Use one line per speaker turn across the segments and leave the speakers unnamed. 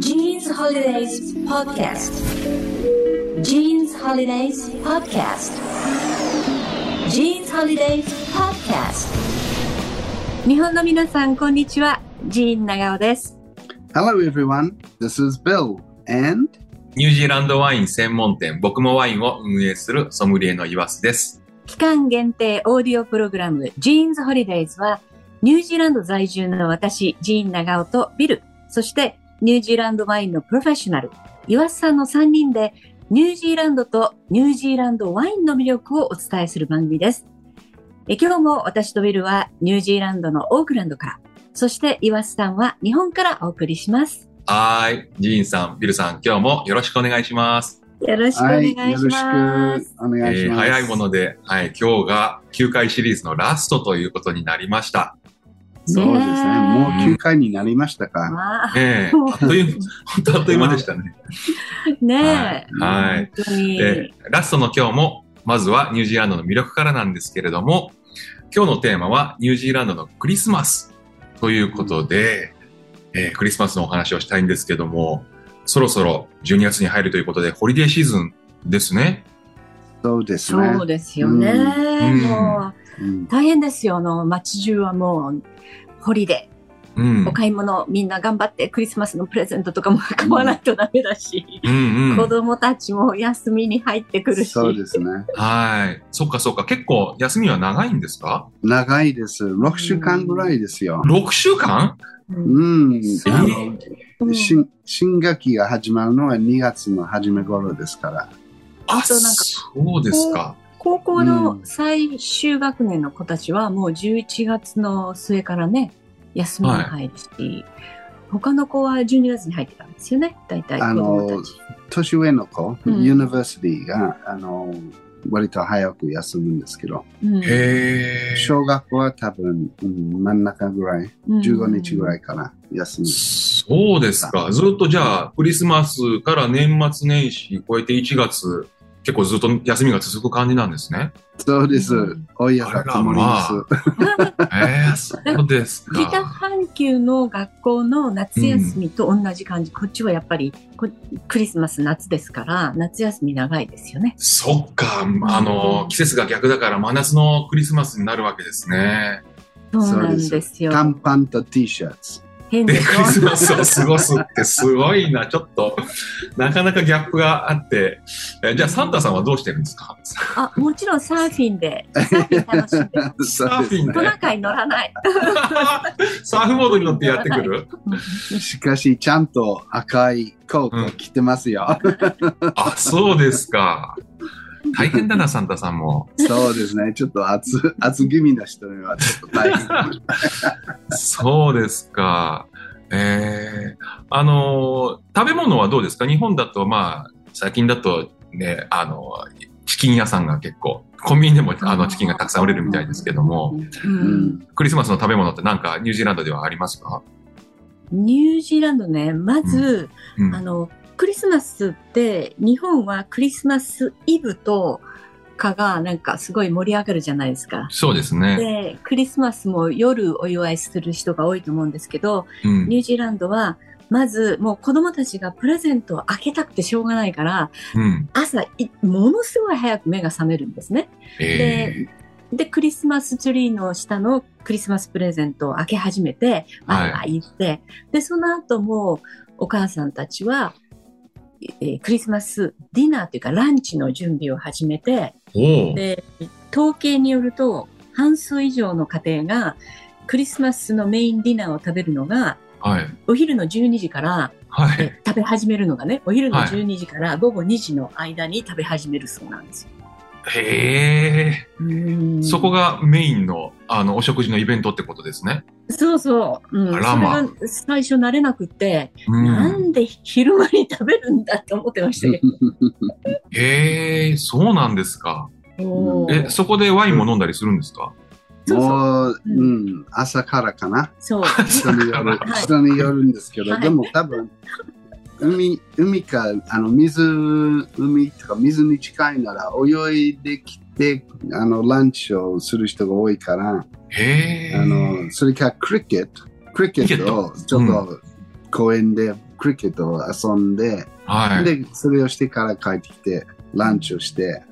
Jeans Holidays Podcast. Jeans Holidays Podcast. Jeans Holidays Podcast.
日本の皆さんこんにちはジーン長尾です
Hello, everyone. This is Bill, and
ニュージーランドワイン専門店、僕もワインを運営するソムリエの岩瀬です。
期間限定オーディオプログラムジーンズホリデイズはニュージーランド在住の私ジーン長尾とビルそしてニュージーランドワインのプロフェッショナル岩瀬さんの3人でニュージーランドとニュージーランドワインの魅力をお伝えする番組ですえ今日も私とビルはニュージーランドのオークランドからそして岩瀬さんは日本からお送りします
はーい。ジーンさん、ビルさん、今日もよろしくお願いします。
よろしくお願いします、
お願いし
えー
ます。
早いもので、はい、今日が9回シリーズのラストということになりました。
そうですね。
ねえ
もう9回になりましたか。
まあ
ええあっという、本当あっという間でしたね。
ねえ、
はいはい。
本当に、
えーラストの今日も、まずはニュージーランドの魅力からなんですけれども、今日のテーマはニュージーランドのクリスマスということで、えークリスマスのお話をしたいんですけども、そろそろ12月に入るということで、ホリデーシーズンですね。
そうですね。
そうですよね、
ん
も
うん
う大変ですよあの街中はもうホリデ
う
ー、
ん。
お買い物みんな頑張ってクリスマスのプレゼントとかも買わないとダメだし、
うんう
子
ん。
供たちも休みに入ってくるし
そうですね。
はい。そっかそっか。結構休みは長いんですか
長いです。6週間ぐらいですよ。
?6 週間
うん
うん。
そう
あ
え
の
うん
新新学期が始まるのは2月の初め頃ですから。
あ、
そうなんか
そうですか。
高校の
うん
最終学年の子たちはもう11月の末からね休みに入るし、他の子は12月に入ってたんですよね大体
あ
子
の
供たち。
年上の子、
うん
ユニバーシティが、あの、割と早く休むんですけど、
うん
へー
小学校は多分、うん真ん中ぐらい、15日ぐら いから休む。
そうですか。ずっとじゃあ、クリスマスから年末年始超えて1月、結構ずっと休みが続く感じなんですね。
そうです
うん。
おやがともります。
ええそうです
北
か。
半球の学校の夏休みと同じ感じ、こっちはやっぱりこクリスマス夏ですから夏休み長いですよね。
そっか。あの、季節が逆だから真夏のクリスマスになるわけですね。
そうなんですよ。
短パンと T シャツ。
変
で、
で
ク
し
リスマスを過ごすってすごいな。ちょっと、なかなかギャップがあって。えじゃあ、サンタさんはどうしてるんですか
ょ。あもちろんサーフィンでサーフィン楽しん で
そ
サー
う
フィン
トナカイ乗らない。
サーフボードに乗ってやってくる
ですしかし、ちゃんと赤いコート着てますよ。
あ、そうですか。大変だな、サンタさんも。
そうですね。ちょっと 厚、厚気味な人にはちょっと大変。
そうですか。ええあのー食べ物はどうですか日本だと、まあ、最近だとね、あのチキン屋さんが結構、コンビニでもあのチキンがたくさん売れるみたいですけども、
う
うんん。
クリスマスの食べ物ってなんかニュージーランドではありますか
ニュージーランドねまず、
うん
あ。のクリスマスって日本はクリスマスイブとかがなんかすごい盛り上がるじゃないですか。
そうですね。
でクリスマスも夜お祝いする人が多いと思うんですけど、
うん
ニュージーランドはまずもう子供たちがプレゼントを開けたくてしょうがないから
うん。
朝いものすごい早く目が覚めるんですね。
ええ
でクリスマスツリーの下のクリスマスプレゼントを開け始めてわ
はい
ーわー言って、でその後もうお母さんたちは、えークリスマスディナーというかランチの準備を始めて、
おう
で統計によると半数以上の家庭がクリスマスのメインディナーを食べるのが
はい。
お昼の12時から、
は
え
い。
食べ始めるのがねお昼の
はい
12時から午後2時の間に食べ始めるそうなんですよ。
へえそこがメインの、あの、お食事のイベントってことですね。
そうそう、うん、
あらま
それが最初慣れなくって、
う
なんで昼間に食べるんだと思ってましたけ
へえ、そうなんですか。
ど、
うん
え、そこでワインも飲んだりするんですか
そうそう
もう、
う
うんん、朝からかな。
そう
人による
はい、
人によるんですけど、
はい
でも多分、海、海か、あの、水、海とか水に近いなら、泳いできて、あの、ランチをする人が多いから、
へえ。
あの、それからクリケット、クリケットをちょっと公園でクリケットを遊んで、
はい。
で、それをしてから帰ってきて、ランチをして、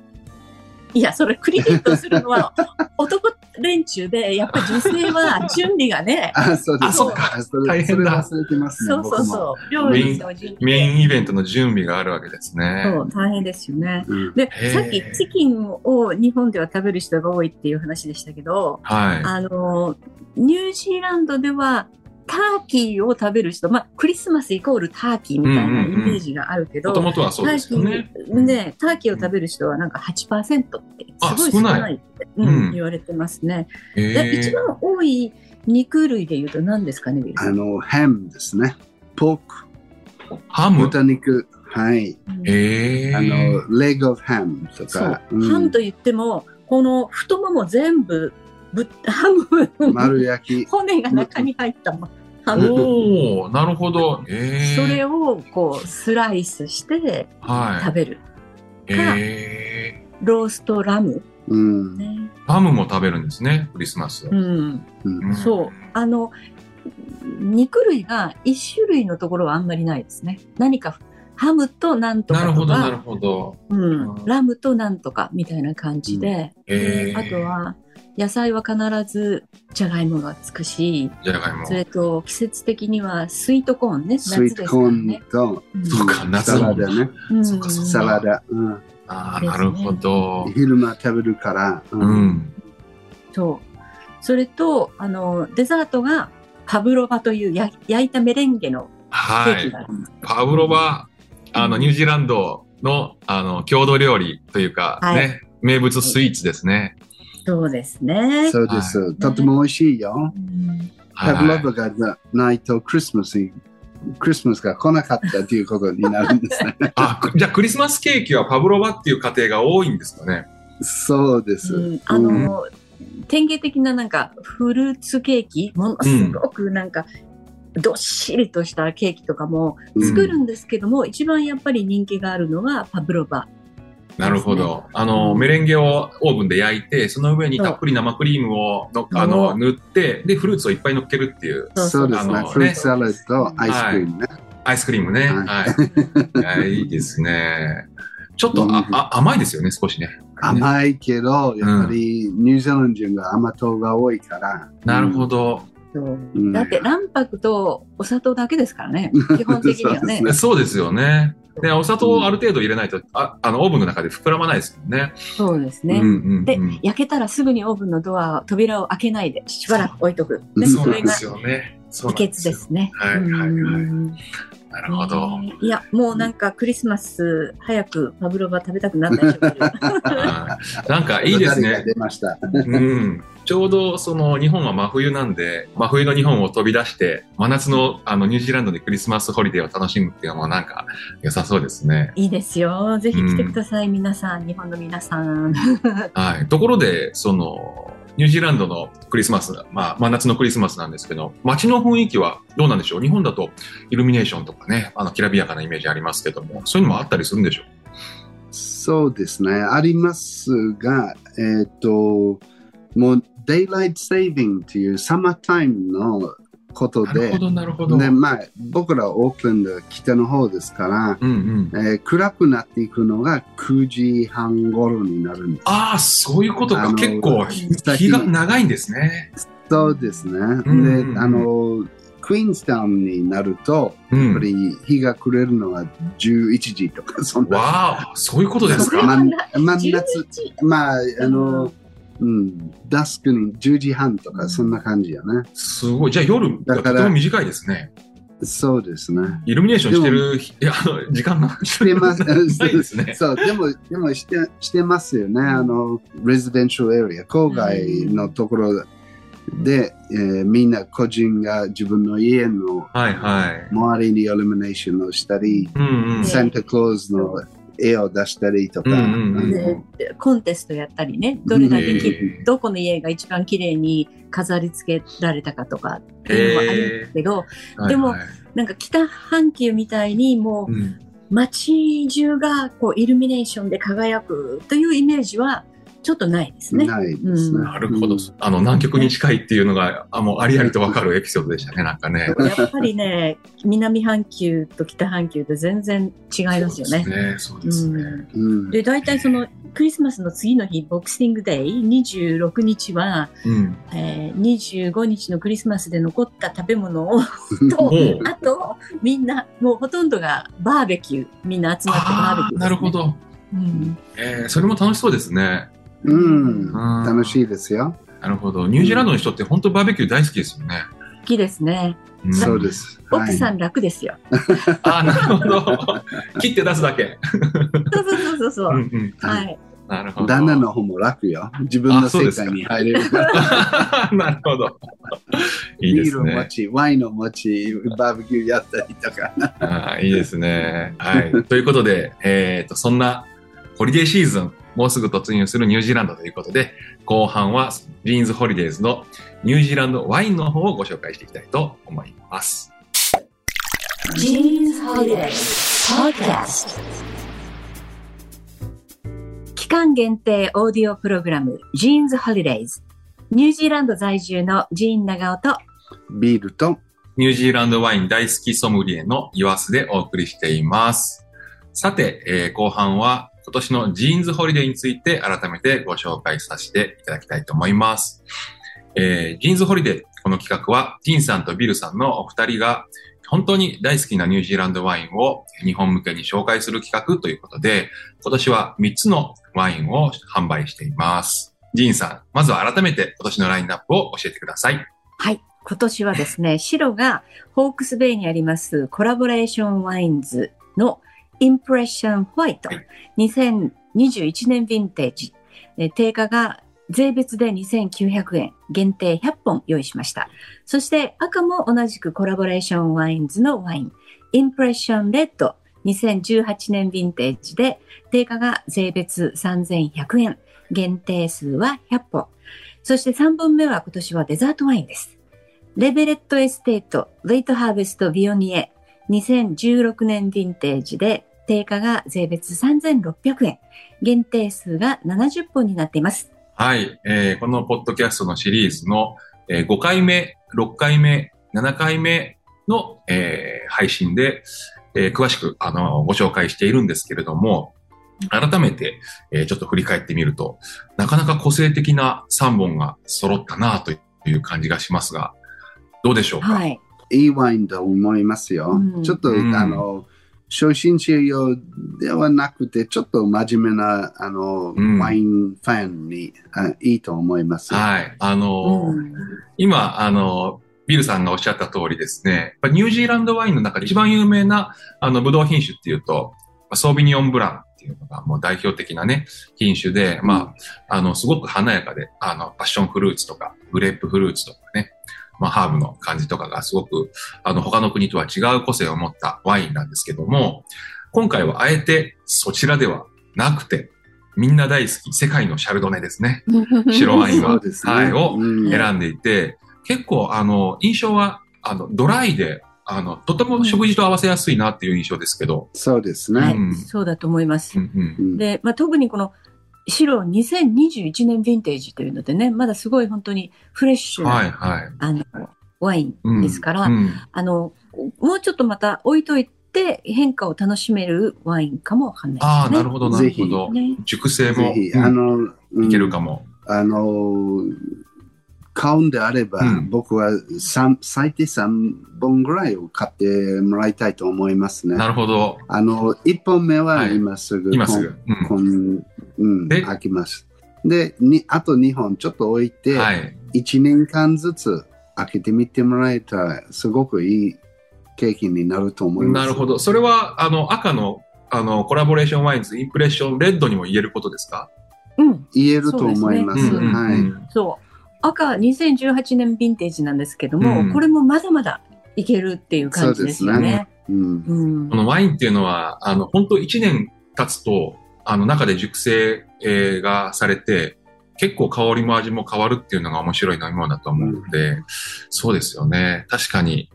いや、それクリケットするのは男連中で、やっぱり女性は準備がね、
あ、そうです。
あそうか
それ
大変だ
それ忘れてますね。
そうそうそう、料理しておじい
メインイベントの準備があるわけですね。
そう、大変ですよね。
僕も。うん
で
へー、
さっきチキンを日本では食べる人が多いっていう話でしたけど、
は
あの、ニュージーランドではターキーを食べる人、まあ、クリスマスイコールターキーみたいなイメージがあるけ
い。
ど、
もともとはそう
タ
です
ーキ
よ
ー
ね。
ね、ターキーを食べる人はなんか8%って、すごい少ないって、
ない
うん
うん
言われてますね。で
え
一番多い肉類で言うと何ですかね、ビル
あ
さん
の、ハムですね。ポーク、
ハム
豚肉、はい。
え
あ
ー、
の、レグオブハムと
そう
か、、
ハムと言っても、この太もも全部ぶハ
う
ム
ん、丸焼き。
骨が中に入ったもんハム。
おおなるほど。えー、
それをこうスライスして
は
食べる。
い。え
ローストラム、
うん。
ね。
ー、ハムも食べるんですね、クリスマスを
う。ん。
うん
ん
そう。あの、肉類が一種類のところはあんまりないですね。何かハムとなんと
な
か
る
と
ほど、なる
か、
ほど。
うん、ラムとなんとかみたいな感じで、
えー、
あと、は野菜は必ずじゃがいもがつくし、
じゃがいも
そ。れと季節的にはスイートコーンね、夏
スイ
です
ート
か
コ
ら
ー
ね
ン。と、
うん
そうか
ん
夏
サ
だも
ラ
んな
ダね。
うん
そうかそうか
サラダ。うん。
ああ、
です
な
ね
るほど。
昼間食べるから。う
う。ん。
そう。それと、あの、デザートが、パブロバというや焼いたメレンゲのケ
は
ーキ
い。
がある。
パブロバ、あの、ニュージーランドの、あの、郷土料理というか、
はい
ね、名物スイーツですね。
そうですね。
そうです。とても美味しいよ。
うん
は
パブ
い。
ロバがなないとクリスマスに、クリスマスが来なかったということになるん ですね。
あ、くじゃあクリスマスケーキはパブロバっていう家庭が多いんですかね。
そうです。
うんあの、典型的ななんか、フルーツケーキ、ものすごくなんか、どっしりとしたケーキとかも
うん
作るんですけども、一番やっぱり人気があるのはパブロバ。
なるほど。あの、
うん
メレンゲをオーブンで焼いて、その上にたっぷり生クリームをの、あ
う
の、
ん
塗って、で、フルーツをいっぱい乗っけるっていう、
そうです
あ
ね
の。
フルーツサラダとアイス
は
ク
い
リームね。
アイスクリームね。
は
はい。いやいいですね。ちょっとあ、あ甘いですよね、少しね。
甘いけど、やっぱりニュージーランド人が甘党が多いから。
なるほ
ど。
ど。
うん
だって卵白とお砂糖だけですから ね、基本的にはね。
そうですよね。で、お砂糖をある程度入れないと、ああの、オーブンの中で膨らまないですもんね。
そうですね。
うんうんうん、
で焼けたらすぐにオーブンのドア、扉を開けないで、しばらく置いとく。
う
で、
ん
そ
そう
な
れ
んで
が
すよね。そう
秘
なん
訣
す
で
よ。
すね。
はいはいはい
うん
なるほど。
ねいや、もうなんかクリスマス、早くパブロバ食べたくなったでしょう。
あーなんかいいです
お便りが
ね。
出ました。
うん。ちょうどその日本は真冬なんで、真冬の日本を飛び出して、真夏のあのニュージーランドでクリスマスホリデーを楽しむっていうのもなんか良さそうですね。
いいですよ。ぜひ来てください、皆さん、日本の皆さん。
はい。ところで、その、ニュージーランドのクリスマス、まあ、真夏のクリスマスなんですけど、街の雰囲気はどうなんでしょう日本だとイルミネーションとかね、あの、きらびやかなイメージありますけども、そういうのもあったりするんでしょう
そうですね、ありますが、えっ、と、もう、デイライト・セービングというサマータイムのこと
なる
で
ほ、ど、なるほど。
でまあ、僕らオークランド北の方ですから、
うんうん。
えー暗くなっていくのが9時半頃になるんです。
ああ、そういうこと
あ
か。
の
結構、日
最
日
近
が長いんですね。
そうですね。
んうん
で、あの、クイーンスタウンになると、
う
やっぱ
ん。
り日が暮れるのは11時とか、 そんな。
わあ、そういうことです
それは
か。
真
な
真夏、まあ、あの、うん、ダスクに10時半と
うん
か、そんな感じやね。
すごい。じゃあ夜
だ
がと
から
ても短いですね。
そうですね。
イルミネーションしてる日、いや、あの、時間が。
してます
ないですね。
そう、でも、でもして、してますよね。あの、レジデンシャルエリア、郊外のところで、えーみんな個人が自分の家の
はいはい。
周りにイルミネーションをしたり、
うんうん。
ね
サンタクロースの絵を出したりとか、
うんうんうん
でコンテストやったりね、どれだけき、
うん
どこの家が一番綺麗に飾り付けられたかとかっていうのはあるんですけど、
はい
でも
はい
なんか北半球みたいにも
うん
う街中がこうイルミネーションで輝くというイメージはちょっとないですね。
ないです
う
ね。
ん
なるほど、
うん
あの南極に近いっていうのがあもうありありとわかるエピソードでしたねなんかね。
やっぱり ね、南半球と北半球で全然違いますよね。
そうですね。そうですね
うん
で、大体そのクリスマスの次の日、ボクシングデイ、26日は、
うん。
えー25日のクリスマスで残った食べ物 を、
お
と、
う
あと、みんな、もうほとんどがバーベキュー、みんな集まってバーベ
あ
キューですね、
ーなるほど。
うん。
えーそれも楽しそうですね。
うん
うん
楽しいですよ。
なるほど。ニュージーランドの人って本当バーベキュー大好きですよね。
好きですね。
うん
そうで。す。
奥さ
ん。
ん楽ですよ。
あーなるほど。 切って出すだけ。
そうそうそうそうそうう。
んうん。
は
はいい。
なるほど。
旦那の方も楽よ。自分の
あそう
世
ですか
界に入れるから。
なるほど。いいで
ビー
す
ルを持
ね。
ち、ワインを持ち、バーベキューやったりとか。
あーいいですね。はい。ということで、えっと、そんなホリデーシーズン、もうすぐ突入するニュージーランドということで、後半はジーンズホリデーズのニュージーランドワインの方をご紹介していきたいと思います。
Jeans Holiday Podcast.
期間限定オーディオプログラム Jeans Holidays。ニュージーランド在住のジーン長尾と
ビールと、
ニュージーランドワイン大好きソムリエのイワスでお送りしています。さて、えー後半は今年のジーンズホリデーについて改めてご紹介させていただきたいと思います。えージーンズホリデー、この企画は、ジンさんとビルさんのお二人が本当に大好きなニュージーランドワインを日本向けに紹介する企画ということで、今年は3つのワインを販売しています。ジンさん、まずは改めて今年のラインナップを教えてください。
はい。今年はですね、 白がホークスベイにありますコラボレーションワインズのインプレッションホワイト
はい
2021年ヴィンテージ。えー定価が税別で2900円、限定100本用意しました。そして赤も同じくコラボレーションワインズのワイン、インプレッションレッド2018年ヴィンテージで定価が税別3100円、限定数は100本。そして3本目は今年はデザートワインです。レベレットエステート、レイトハーベストビオニエ、2016年ヴィンテージで、定価が税別3600円。限定数が70本になっています。
はい、えーこのポッドキャストのシリーズの、えー5回目、6回目、7回目の、えー配信で、えー詳しく、あのご紹介しているんですけれども、改めて、えーちょっと振り返ってみると、なかなか個性的な3本が揃ったなという感じがしますが、どうでしょうか、
はい。
いいワインだと思いますよ。
うん
ちょっと、
うん
あの、初心者用ではなくて、ちょっと真面目な、あの、
うん
ワインファンにあいいと思います。
はい。あのー
うん
今、あの、ビルさんがおっしゃった通りですね、やっぱニュージーランドワインの中で一番有名な、あの、ブドウ品種っていうと、まあソービニオンブランっていうのがもう代表的なね、品種で、まあ、あの、すごく華やかで、あの、パッションフルーツとか、グレープフルーツとかね、まあ、ハーブの感じとかがすごく、あの、他の国とは違う個性を持ったワインなんですけども、今回はあえてそちらではなくて、みんな大好き、世界のシャルドネですね。白ワインは
そうですね。
はいを
うん
選んでいて、結構あの印象はあのドライであのとても食事と合わせやすいなっていう印象ですけど、
そうです
は
ね。
うん
い。そうだと思います
う。んうん
うん
で、まあ、特にこの白2021年ヴィンテージというのでね、まだすごい本当にフレッシュな、
はいはい、
あのワイ
うん
ンですから、
うん
あの、もうちょっとまた置いといて変化を楽しめるワインかもわかんない
ああ
ですね。
なるほどなるほど、
ね。
熟成も
ぜひ、
うん
あの、うん
いけるかも、
あの、買うんであれば、
うん
僕は三最低3本ぐらいを買ってもらいたいと思いますね。
なるほど
あの、1本目は
はい
今すぐ、
今すぐ、うん
こん、うん、
で
開きます。で、にあと2本ちょっと置いて、
はい
1年間ずつ開けてみてもらえたら、すごくいい経験になると思います。
なるほどそれはあの赤のあのコラボレーションワインズインプレッションレッドにも言えることですか、
うん、
言えると思います。
そうですね
は
う
い。
ん
そう。赤2018年ヴィンテージなんですけども、
うん
これもまだまだいけるっていう感じですよね。
うん。
うん
このワインっていうのは、あの、本当1年経つと、あの、中で熟成、えーがされて、結構香りも味も変わるっていうのが面白い飲み物だと思うので、そうですよね。確かに、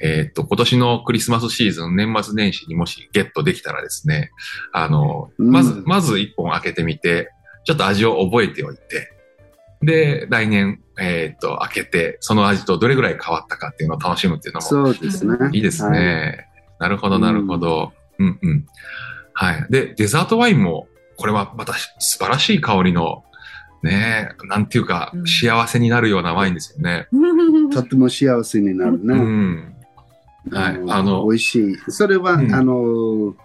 えーっと、今年のクリスマスシーズン、年末年始にもしゲットできたらですね、あの、まず、
うん
まず1本開けてみて、ちょっと味を覚えておいて、で、来年、えーっと、開けて、その味とどれぐらい変わったかっていうのを楽しむっていうのも
そうですね。
いいです
はい。
ね。なるほど、なるほど。うん、うん、はい。で、デザートワインも、これはまたし素晴らしい香りの、ねえ、なんていうか
う、ん
幸せになるようなワインですよね。
とても幸せになる
う
ね。
ん。はいあの
美味しい。それは、
うん
あの、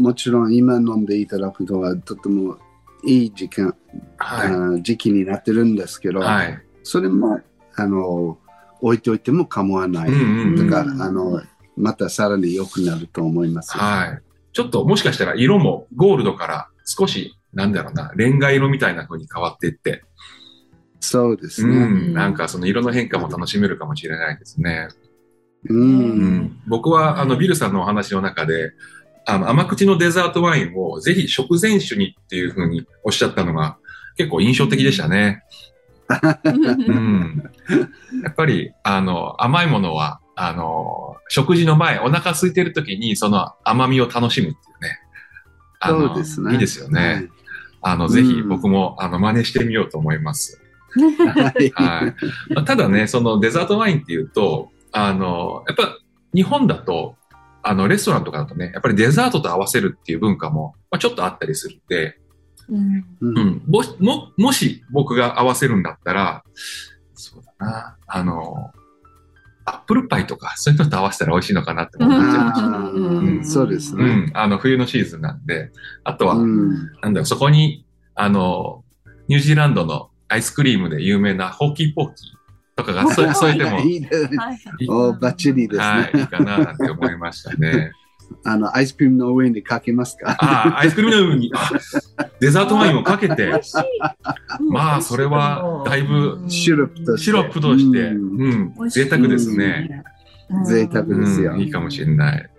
もちろん今飲んでいただくのはとてもいい時間、あ
は
ー時期になってるんですけ
い。
ど、
はい。
それも、あの、置いておいても構わない。
うんうんうん
だから、あの、またさらに良くなると思います。
はい。ちょっともしかしたら色もゴールドから少し、なんだろうな、レンガ色みたいな風に変わっていって、
そうです
う
ね。
ん、なんかその色の変化も楽しめるかもしれないですね。
うん
う。ん僕はあのビルさんのお話の中であの甘口のデザートワインをぜひ食前酒にっていうふうにおっしゃったのが結構印象的でしたね。うん、やっぱりあの甘いものはあの食事の前お腹空いてる時にその甘みを楽しむっていうね。あの
そうですね
いいですよね。あの
うん
ぜひ僕もあの真似してみようと思います。
はい。
はい。まあただね、そのデザートワインっていうと、あの、やっぱ日本だと、あの、レストランとかだとね、やっぱりデザートと合わせるっていう文化も、まあ、ちょっとあったりするんで、
うん
うん、もし、も、もし僕が合わせるんだったら、そうだな、あの、アップルパイとか、そういうのと合わせたら美味しいのかなって思っちゃう。
あ
うん
ーそうです
う
ね。
ん、あの、冬のシーズンなんで、あとは、
うん
なんだろう、そこに、あの、ニュージーランドのアイスクリームで有名なホーキーポーキーとかが添え添えても
いいね
いい
おバッチリです
は
ね。
い、いいかなって思いましたね。
あの、アイスクリームの上にかけますか
ああ、アイスクリームの上に、あデザートワインをかけて、まあ、それはだいぶ
シロップとして。
シロップとして、
うん
うん、贅沢ですね。
贅沢
う
ですよ
ん、いいかもしれない。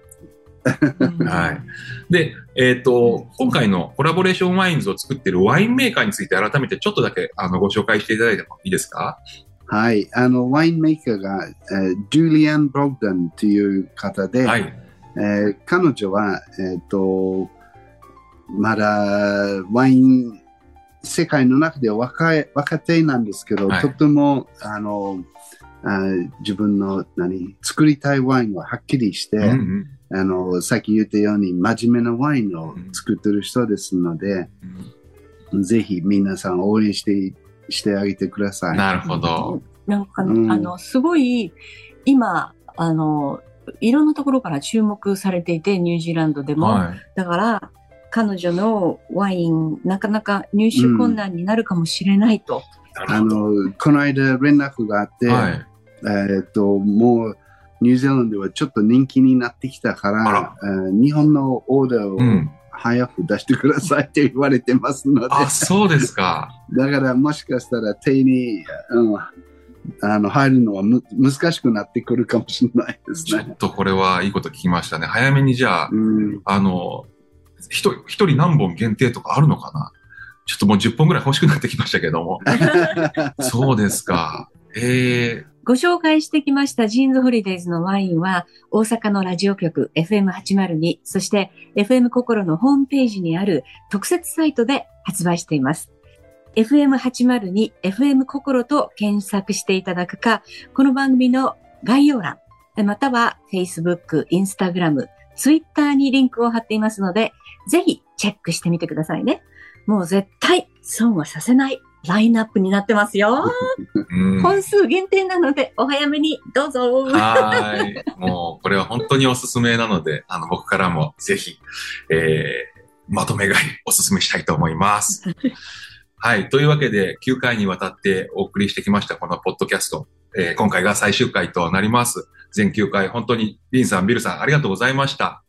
はい。で、えっ、と、今回のコラボレーションワインズを作ってるワインメーカーについて改めてちょっとだけあのご紹介していただいてもいいですか
はい。あの、ワインメーカーが、えージュリアン・ブログダンという方で、
はい。
えー彼女は、えっ、と、まだワイン、世界の中では若い若手なんですけど、
はい
とても、あの、あー自分の何作りたいワインははっきりして、
うんうん
あの、さっき言ったように真面目なワインを作ってる人ですので、ぜひ皆さん応援して、してあげてください。
なるほど。
なんか、
うん
あの、すごい、今、あの、いろんなところから注目されていて、ニュージーランドでも。
はい。
だから、彼女のワイン、なかなか入手困難になるかもしれないと。
なる
あ
ほど。
の、この間連絡があって、
はい。
えーっと、もう、ニュージーランドではちょっと人気になってきたか
あ
ら
ら、
えー日本のオーダ
う
ーを
ん。
早く出してくださいって言われてますので、
あ、そうですか。
だからもしかしたら手に、うん、あの入るのはむ難しくなってくるかもしれないです
ちょ
ね。
っとこれはいいこと聞きましたね。早めにじゃあ、
うん、
あの、一人一人何本限定とかあるのかなちょっともう10本ぐらい欲しくなってきましたけども。そうですか。ええ
ご紹介してきましたジーンズホリデーズのワインは、大阪のラジオ局 FM802、そして FM 心のホームページにある特設サイトで発売しています。FM802、FM 心と検索していただくか、この番組の概要欄、または Facebook、Instagram、Twitter にリンクを貼っていますので、ぜひチェックしてみてくださいね。もう絶対損はさせないラインナップになってますよ。
うん。は
本数限定なので、お早めにどうぞ。
ーい。もう、これは本当におすすめなので、あの、僕からもぜひ、ええまとめ買いおすすめしたいと思います。はい。というわけで、9回にわたってお送りしてきました、このポッドキャスト。えー今回が最終回となります。全9回、本当に、リンさん、ビルさん、ありがとうございました。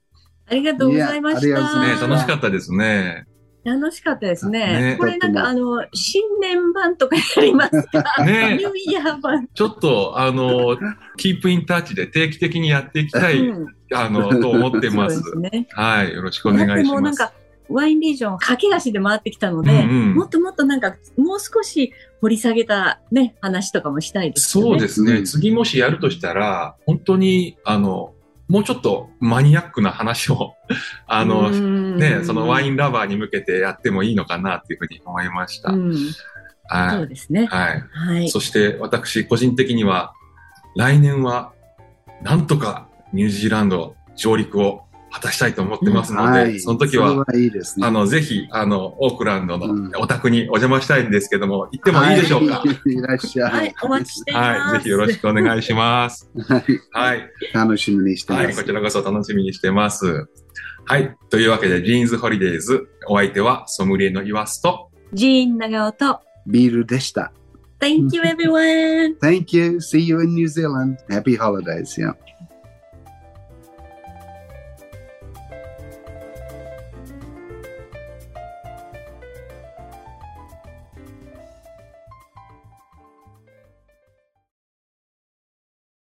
ありがとうございまし
いやありがとうござい
ね
ま
た。
す
楽しかったですね。
楽しかったですね
ね。
これなんかあの、新年版とかやりますかニ
ね
ューイヤー版。
ちょっと、あ の、キープインタッチで定期的にやっていきたい、
うん
あの、と思って
そう
ま。
ですすね。
はい。よろしくお願
だっ
い
て
し
もうな
ま
ん
す。
か、ワインリージョン、駆け足で回ってきたの
うん
で、
うん
もっともっとなんか、もう少し掘り下げたね、話とかもしたいですよね。
そうですね、
うん
次もしやるとしたら、本当に、あの、もうちょっとマニアックな話を、 あの、ね、そのワイ
ン
ンラバーに向けてやってもいいのかなっていうふうに思いました。
うん、
は
そう
い。
ですね。
はい。
はい。
そして私個人的には、来年はなんとかニュージーランド上陸を果たしたいと思ってますので、
はい。
その時
それ
は、
はいいですね。
あの、ぜひ、あの、オークランド
うん
のお宅にお邪魔したいんですけども、行ってもいいでしょうか。
はい、いらっしゃい。
はい、お待ちしています。
はい。ぜひよろしくお願いします。
はい
はい。
楽しみにしてます。
はい、こちらこそ楽しみにしてます。はい、というわけで、ジーンズホリデーズ、お相手はソムリエのイワスと、
ジーン長尾と、
ビールでした。
Thank you everyone!
Thank you. See you in New Zealand. Happy holidays. Yeah.